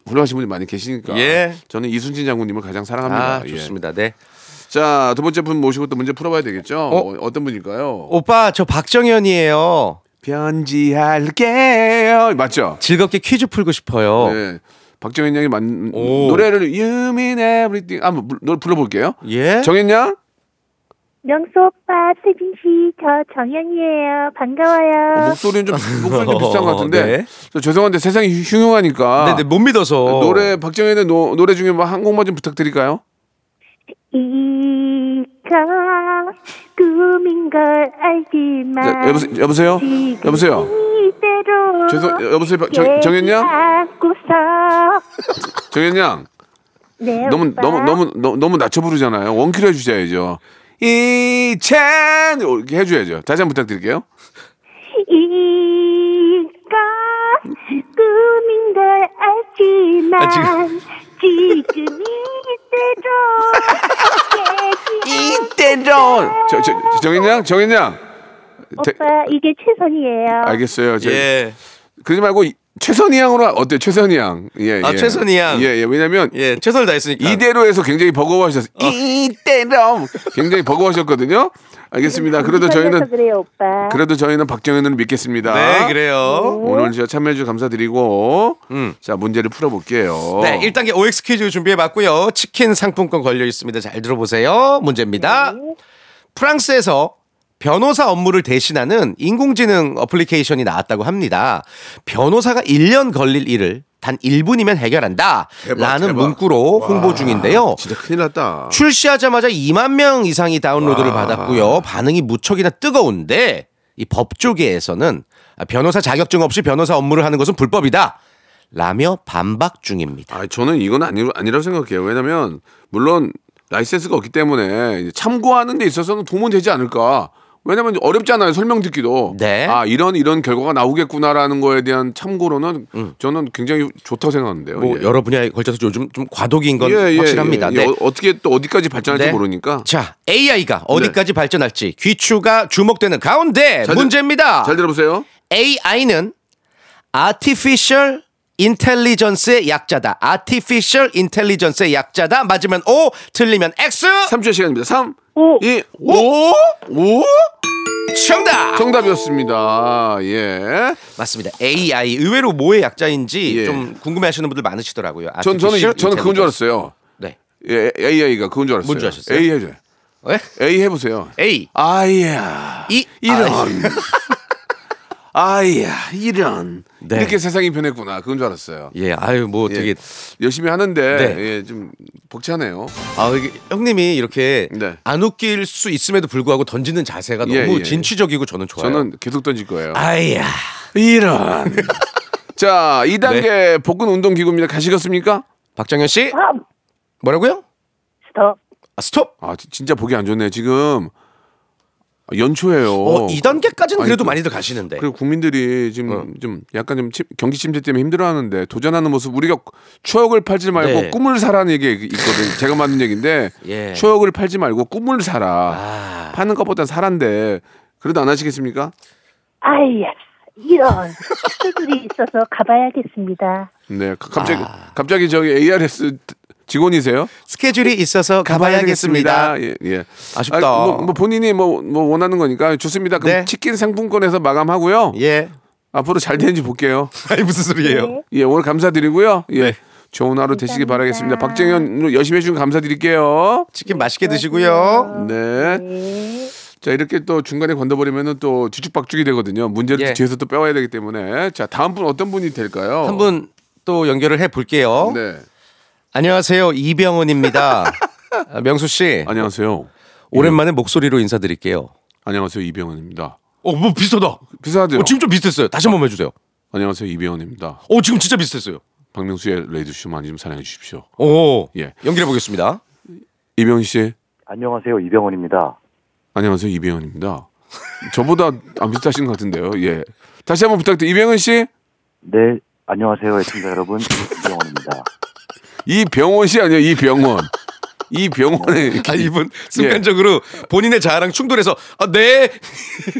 Speaker 3: 훌륭하신 분이 많이 계시니까
Speaker 5: 예.
Speaker 3: 저는 이순신 장군님을 가장 사랑합니다. 예.
Speaker 5: 아, 좋습니다. 네.
Speaker 3: 자두 번째 분 모시고 또 문제 풀어봐야 되겠죠. 어? 떤 분일까요?
Speaker 5: 오빠, 저 박정현이에요.
Speaker 3: 편지할게요. 맞죠?
Speaker 5: 즐겁게 퀴즈 풀고 싶어요.
Speaker 3: 네. 박정현 양이 만
Speaker 5: 오.
Speaker 3: 노래를 You Mean Everything 한번 뭐, 불- 노래 불러볼게요.
Speaker 5: 예.
Speaker 3: 정현 양.
Speaker 7: 명수 오빠, 세빈 씨, 저 정연이에요.
Speaker 3: 어,
Speaker 7: 반가워요.
Speaker 3: 목소리는 좀 목소리 좀 비슷한 것 같은데
Speaker 5: 네.
Speaker 3: 저 죄송한데 세상이 흉- 흉흉하니까
Speaker 5: 네, 네, 못 믿어서.
Speaker 3: 아, 노래 박정현의 노, 노래 중에 뭐 한 곡만 좀 부탁드릴까요?
Speaker 7: 이가 꿈인 걸 알지만
Speaker 3: 네, 여보세요 여보세요
Speaker 7: 지금
Speaker 3: 여보세요
Speaker 7: 이대로
Speaker 3: 죄송 여보세요 박- 정, 정현 양
Speaker 7: 얘기하고서
Speaker 3: 정현 양
Speaker 7: 네,
Speaker 3: 너무
Speaker 7: 오빠.
Speaker 3: 너무 너무 너무, 너무 낮춰 부르잖아요 원키로 해주셔야죠 이찬 이렇게 해줘야죠 다시 한번 부탁드릴게요
Speaker 7: 이가 꿈인 걸 알지만
Speaker 5: 아, 지금-
Speaker 7: 지금 이대로 얘기하
Speaker 3: 저, 저, 정현 양 정현 양 대-
Speaker 7: 오빠 이게 최선이에요.
Speaker 3: 알겠어요 저,
Speaker 5: 예.
Speaker 3: 그러지 말고 이- 최선희 양으로 하- 어때요 최선희 양 예,
Speaker 5: 아,
Speaker 3: 예.
Speaker 5: 최선희 양.
Speaker 3: 예, 예. 왜냐면
Speaker 5: 예, 최선을 다했으니까.
Speaker 3: 이대로에서 굉장히 버거워하셨어요. 이대로 굉장히 버거워하셨거든요. 알겠습니다. 아, 그래도
Speaker 7: 불편해서
Speaker 3: 저희는
Speaker 7: 그래요, 오빠.
Speaker 3: 그래도 저희는 박정현을 믿겠습니다.
Speaker 5: 네, 그래요.
Speaker 3: 오늘 저 참여해 주셔서 감사드리고
Speaker 5: 음.
Speaker 3: 자 문제를 풀어볼게요.
Speaker 5: 네, 1단계 OX 퀴즈 준비해봤고요. 치킨 상품권 걸려 있습니다. 잘 들어보세요. 문제입니다. 프랑스에서 변호사 업무를 대신하는 인공지능 어플리케이션이 나왔다고 합니다. 변호사가 1년 걸릴 일을 단 1분이면 해결한다.
Speaker 3: 대박,
Speaker 5: 라는
Speaker 3: 대박.
Speaker 5: 문구로 홍보 중인데요.
Speaker 3: 진짜 큰일 났다.
Speaker 5: 아. 출시하자마자 2만 명 이상이 다운로드를 받았고요. 반응이 무척이나 뜨거운데 이 법조계에서는 아, 변호사 자격증 없이 변호사 업무를 하는 것은 불법이다. 라며 반박 중입니다.
Speaker 3: 아 저는 이건 아니 아니라고 생각해요. 왜냐면 물론 라이센스가 없기 때문에 이제 참고하는 데 있어서는 도움은 되지 않을까. 왜냐면 어렵잖아요 설명 듣기도
Speaker 5: 네.
Speaker 3: 아 이런 이런 결과가 나오겠구나라는 거에 대한 참고로는 저는 굉장히 좋다고 생각하는데요
Speaker 5: 음. 뭐
Speaker 3: 예.
Speaker 5: 여러 분야에 걸쳐서 요즘 좀 과도기인 건
Speaker 3: 예, 예,
Speaker 5: 확실합니다.
Speaker 3: 예,
Speaker 5: 네.
Speaker 3: 예. 어, 어떻게 또 어디까지 발전할지
Speaker 5: 네.
Speaker 3: 모르니까
Speaker 5: 자, AI가 어디까지 발전할지 귀추가 주목되는 가운데
Speaker 3: 네. 잘 들-
Speaker 5: 문제입니다.
Speaker 3: 잘 들어보세요
Speaker 5: AI는 Artificial Intelligence의 약자다. Artificial Intelligence의 약자다. 맞으면 O, 틀리면 X.
Speaker 3: 3초의 시간입니다 3
Speaker 7: 오.
Speaker 3: 2 5
Speaker 5: 오,
Speaker 3: 5
Speaker 5: 정답.
Speaker 3: 정답이었습니다 예
Speaker 5: 맞습니다. AI 의외로 뭐의 약자인지
Speaker 3: 예.
Speaker 5: 좀 궁금해하시는 분들 많으시더라고요.
Speaker 3: 전, 저는 이-
Speaker 5: Artificial
Speaker 3: 저는 그건 줄
Speaker 5: Intelligence.
Speaker 3: 알았어요
Speaker 5: 네.
Speaker 3: 예, AI가 그건 줄 알았어요
Speaker 5: 뭔줄 아셨어요?
Speaker 3: AI 죠 A 해보세요
Speaker 5: 왜? 예? A
Speaker 3: 아이야
Speaker 5: 이
Speaker 3: 이런 아이야 이런
Speaker 5: 네.
Speaker 3: 이렇게 세상이 변했구나 그건 줄 알았어요
Speaker 5: 예, 아유 뭐
Speaker 3: 예,
Speaker 5: 되게
Speaker 3: 열심히 하는데
Speaker 5: 네.
Speaker 3: 예, 좀 벅차네요.
Speaker 5: 아 이게 형님이 이렇게
Speaker 3: 네.
Speaker 5: 안 웃길 수 있음에도 불구하고 던지는 자세가
Speaker 3: 예,
Speaker 5: 너무
Speaker 3: 예.
Speaker 5: 진취적이고 저는 좋아요.
Speaker 3: 저는 계속 던질 거예요.
Speaker 5: 아이야.
Speaker 3: 이런. 자, 2단계
Speaker 5: 네.
Speaker 3: 복근 운동 기구입니다. 가시겠습니까?
Speaker 5: 박정현 씨
Speaker 7: 스톱.
Speaker 5: 뭐라고요?
Speaker 7: 아! 스톱.
Speaker 5: 아, 스톱.
Speaker 3: 아, 지- 진짜 보기 안 좋네. 지금 아, 연초예요.
Speaker 5: 어, 이 2단계까지는
Speaker 3: 아니,
Speaker 5: 그래도
Speaker 3: 그-
Speaker 5: 많이들 가시는데.
Speaker 3: 그리고 국민들이 지금
Speaker 5: 어.
Speaker 3: 좀 약간 좀 침- 경기 침체 때문에 힘들어하는데 도전하는 모습 우리가 추억을 팔지 말고
Speaker 5: 네.
Speaker 3: 꿈을 사라는 얘기 있거든. 제가 만든 얘기인데
Speaker 5: 예.
Speaker 3: 추억을 팔지 말고 꿈을 사라.
Speaker 5: 아.
Speaker 3: 파는 것보단 사란데 그래도 안 하시겠습니까?
Speaker 7: 아이야. 이런 스들이 있어서 가봐야겠습니다.
Speaker 3: 네, 가- 갑자기
Speaker 5: 아.
Speaker 3: 갑자기 저기 ARS 직원이세요?
Speaker 5: 스케줄이 있어서 가봐야겠습니다.
Speaker 3: 예, 예.
Speaker 5: 아쉽다.
Speaker 3: 아, 뭐, 뭐 본인이 뭐, 뭐 원하는 거니까 좋습니다. 그럼
Speaker 5: 네.
Speaker 3: 치킨 상품권에서 마감하고요.
Speaker 5: 예.
Speaker 3: 앞으로 잘 되는지 볼게요.
Speaker 5: 아니 무슨 소리예요?
Speaker 7: 네.
Speaker 3: 예, 오늘 감사드리고요. 예.
Speaker 5: 네.
Speaker 3: 좋은 하루 되시기
Speaker 7: 감사합니다.
Speaker 3: 바라겠습니다. 박정현 열심히 해주신 거 감사드릴게요.
Speaker 5: 치킨 맛있게 드시고요.
Speaker 3: 네. 자, 이렇게 또 중간에 건너버리면은 또 뒤죽박죽이 되거든요. 문제를
Speaker 5: 예.
Speaker 3: 뒤에서 또 빼와야 되기 때문에. 자, 다음 분 어떤 분이 될까요?
Speaker 5: 한 분 또 연결을 해 볼게요.
Speaker 3: 네.
Speaker 5: 안녕하세요. 이병헌입니다. 아, 예. 명수 씨.
Speaker 3: 안녕하세요.
Speaker 5: 오랜만에 목소리로 인사드릴게요.
Speaker 3: 안녕하세요. 이병헌입니다.
Speaker 5: 어, 뭐 비슷하다.
Speaker 3: 비슷하대요.
Speaker 5: 어, 지금 좀 비슷했어요. 다시 한번 해주세요.
Speaker 3: 안녕하세요. 이병헌입니다.
Speaker 5: 어, 지금 진짜 비슷했어요. 어,
Speaker 3: 박명수의 레이드쇼 많이 좀 사랑해 주십시오.
Speaker 5: 오,
Speaker 3: 예.
Speaker 5: 연결해 보겠습니다.
Speaker 3: 이병헌 씨.
Speaker 8: 안녕하세요 이병헌입니다.
Speaker 3: 안녕하세요 이병헌입니다. 저보다 안 비슷하신 것 같은데요. 예. 다시 한번 부탁드려. 이병헌 씨,
Speaker 8: 네 안녕하세요 애청자 여러분 네, 이병헌입니다.
Speaker 3: 이병헌 씨 아니에요. 이병헌. 이병헌의
Speaker 5: 아, 이분 순간적으로 본인의 자아랑 충돌해서 아, 네.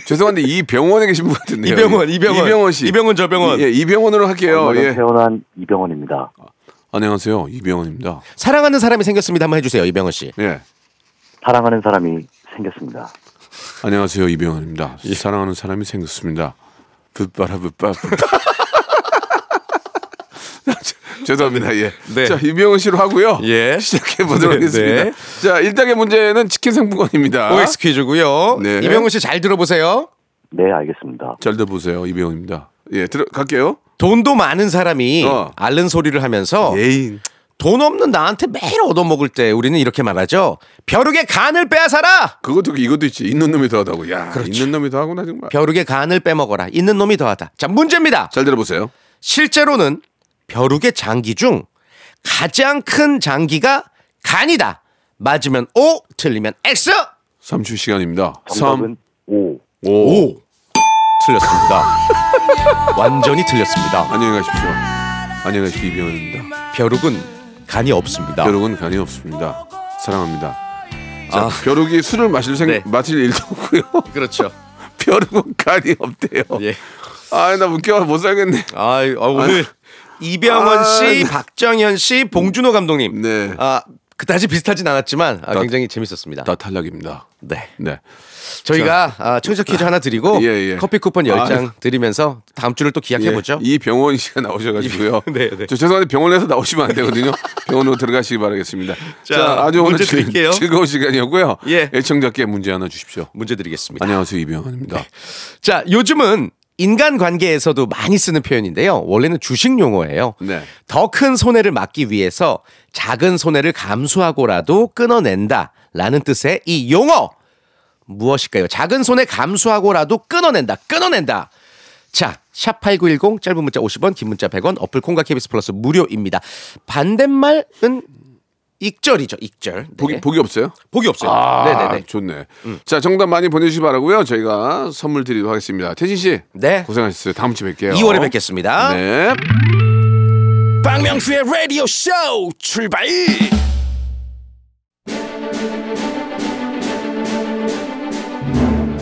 Speaker 3: 죄송한데 이병헌에 계신 분 같은데요.
Speaker 5: 이병헌, 이병헌.
Speaker 3: 이병헌 씨.
Speaker 5: 이병헌, 저병헌.
Speaker 3: 예, 이병헌으로 할게요.
Speaker 8: 오늘
Speaker 3: 예.
Speaker 8: 태어난 이병헌입니다.
Speaker 3: 안녕하세요. 이병헌입니다.
Speaker 5: 사랑하는 사람이 생겼습니다. 한번 해주세요, 이병헌 씨.
Speaker 3: 예.
Speaker 8: 사랑하는 사람이 생겼습니다.
Speaker 3: 안녕하세요. 이병헌입니다.
Speaker 5: 예.
Speaker 3: 사랑하는 사람이 생겼습니다. 붓바라 붓바. 죄송합니다. 예.
Speaker 5: 네.
Speaker 3: 자, 이병헌 씨로 하고요.
Speaker 5: 예.
Speaker 3: 시작해 보도록
Speaker 5: 네,
Speaker 3: 하겠습니다.
Speaker 5: 네.
Speaker 3: 자, 1단계 문제는 치킨 상품권입니다.
Speaker 5: OX 퀴즈고요.
Speaker 3: 네.
Speaker 5: 이병헌 씨 잘 들어보세요.
Speaker 8: 네 알겠습니다.
Speaker 3: 잘 들어보세요. 이병헌입니다. 예, 들어갈게요.
Speaker 5: 돈도 많은 사람이
Speaker 3: 어.
Speaker 5: 앓는 소리를 하면서
Speaker 3: 예인.
Speaker 5: 돈 없는 나한테 매일 얻어먹을 때 우리는 이렇게 말하죠. 벼룩의 간을 빼앗아라.
Speaker 3: 그것도 이것도 있지. 있는 놈이 더하다고. 야,
Speaker 5: 그렇죠.
Speaker 3: 있는 놈이 더하구나 정말.
Speaker 5: 벼룩의 간을 빼먹어라. 있는 놈이 더하다. 자, 문제입니다.
Speaker 3: 잘 들어보세요.
Speaker 5: 실제로는 벼룩의 장기 중 가장 큰 장기가 간이다. 맞으면 O, 틀리면 X.
Speaker 3: 3초 시간입니다.
Speaker 8: 정답은 오.
Speaker 3: 5.
Speaker 5: 틀렸습니다. 완전히 틀렸습니다.
Speaker 3: 안녕히 가십시오. 안녕히 가십시오. 이병헌입니다.
Speaker 5: 벼룩은 간이 없습니다.
Speaker 3: 벼룩은 간이 없습니다. 사랑합니다. 자,
Speaker 5: 아.
Speaker 3: 벼룩이 술을 마실 생
Speaker 5: 네.
Speaker 3: 마실 일도 없고요.
Speaker 5: 그렇죠.
Speaker 3: 벼룩은 간이 없대요.
Speaker 5: 예.
Speaker 3: 아, 나 웃겨 못 살겠네.
Speaker 5: 아, 아, 오늘 이병헌
Speaker 3: 아,
Speaker 5: 씨,
Speaker 3: 네.
Speaker 5: 박정현 씨, 봉준호 감독님.
Speaker 3: 네.
Speaker 5: 아, 그다지 비슷하진 않았지만 아, 굉장히 재밌었습니다.
Speaker 3: 나 탈락입니다.
Speaker 5: 네.
Speaker 3: 네.
Speaker 5: 저희가 아, 청취자 퀴즈 하나 드리고
Speaker 3: 예, 예.
Speaker 5: 커피 쿠폰
Speaker 3: 아,
Speaker 5: 10장 드리면서 다음 주를 또 기약해 보죠.
Speaker 3: 예, 이 병원 씨가 나오셔가지고요.
Speaker 5: 이 병- 네, 네.
Speaker 3: 저 죄송한데 병원에서 나오시면 안 되거든요. 병원으로 들어가시기 바라겠습니다. 자,
Speaker 5: 자,
Speaker 3: 아주 오늘
Speaker 5: 문제
Speaker 3: 즐,
Speaker 5: 드릴게요.
Speaker 3: 즐거운 시간이었고요.
Speaker 5: 예.
Speaker 3: 애청자께 문제 하나 주십시오.
Speaker 5: 문제 드리겠습니다.
Speaker 3: 안녕하세요 이병헌입니다.
Speaker 5: 자, 요즘은 인간 관계에서도 많이 쓰는 표현인데요. 원래는 주식 용어예요.
Speaker 3: 네.
Speaker 5: 더 큰 손해를 막기 위해서 작은 손해를 감수하고라도 끊어낸다. 라는 뜻의 이 용어. 무엇일까요? 작은 손해 감수하고라도 끊어낸다. 끊어낸다. 자, 샵8910 짧은 문자 50원, 긴 문자 100원, 어플 콩과 KBS 플러스 무료입니다. 반대말은 익절이죠, 익절. 네.
Speaker 3: 보기 보기 없어요?
Speaker 5: 보기 없어요.
Speaker 3: 아,
Speaker 5: 네네네. 음.
Speaker 3: 좋네. 자, 정답 많이 보내주시기 바라고요. 저희가 선물 드리도록 하겠습니다. 태진 씨,
Speaker 5: 네.
Speaker 3: 고생하셨어요. 다음 주에 뵐게요.
Speaker 5: 2월에 뵙겠습니다.
Speaker 3: 네.
Speaker 1: 박명수의 라디오 쇼 출발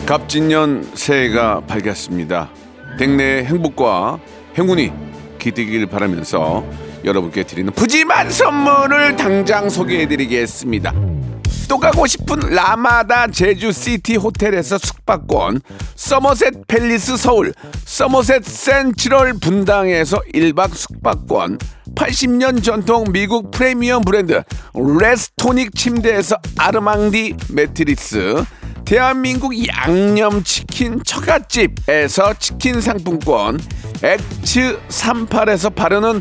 Speaker 3: 갑진년 새해가 밝았습니다. 댁내의 행복과 행운이 기대길 바라면서 여러분께 드리는 푸짐한 선물을 당장 소개해드리겠습니다. 또 가고 싶은 라마다 제주시티 호텔에서 숙박권, 서머셋 팰리스 서울, 서머셋 센트럴 분당에서 1박 숙박권, 80년 전통 미국 프리미엄 브랜드 레스토닉 침대에서 아르망디 매트리스, 대한민국 양념치킨 처갓집에서 치킨 상품권, 엑츠 38에서 바르는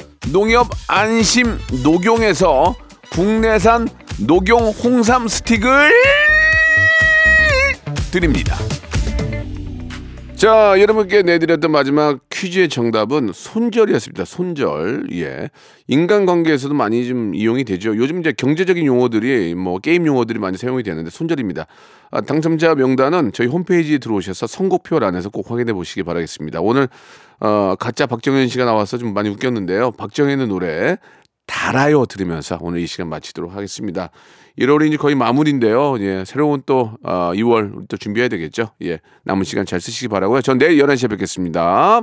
Speaker 3: 농협 안심 녹용에서 국내산 녹용 홍삼 스틱을 드립니다. 자, 여러분께 내드렸던 마지막 퀴즈의 정답은 손절이었습니다. 손절. 예. 인간관계에서도 많이 좀 이용이 되죠. 요즘 이제 경제적인 용어들이 뭐 게임 용어들이 많이 사용이 되는데 손절입니다. 아, 당첨자 명단은 저희 홈페이지에 들어오셔서 선곡표란에서 꼭 확인해 보시기 바라겠습니다. 오늘 어, 가짜 박정현 씨가 나와서 좀 많이 웃겼는데요. 박정현의 노래 달아요 들으면서 오늘 이 시간 마치도록 하겠습니다. 1월이 이제 거의 마무리인데요. 예, 새로운 또 아, 2월 우리 또 준비해야 되겠죠. 예, 남은 시간 잘 쓰시기 바라고요. 전 내일 11시에 뵙겠습니다.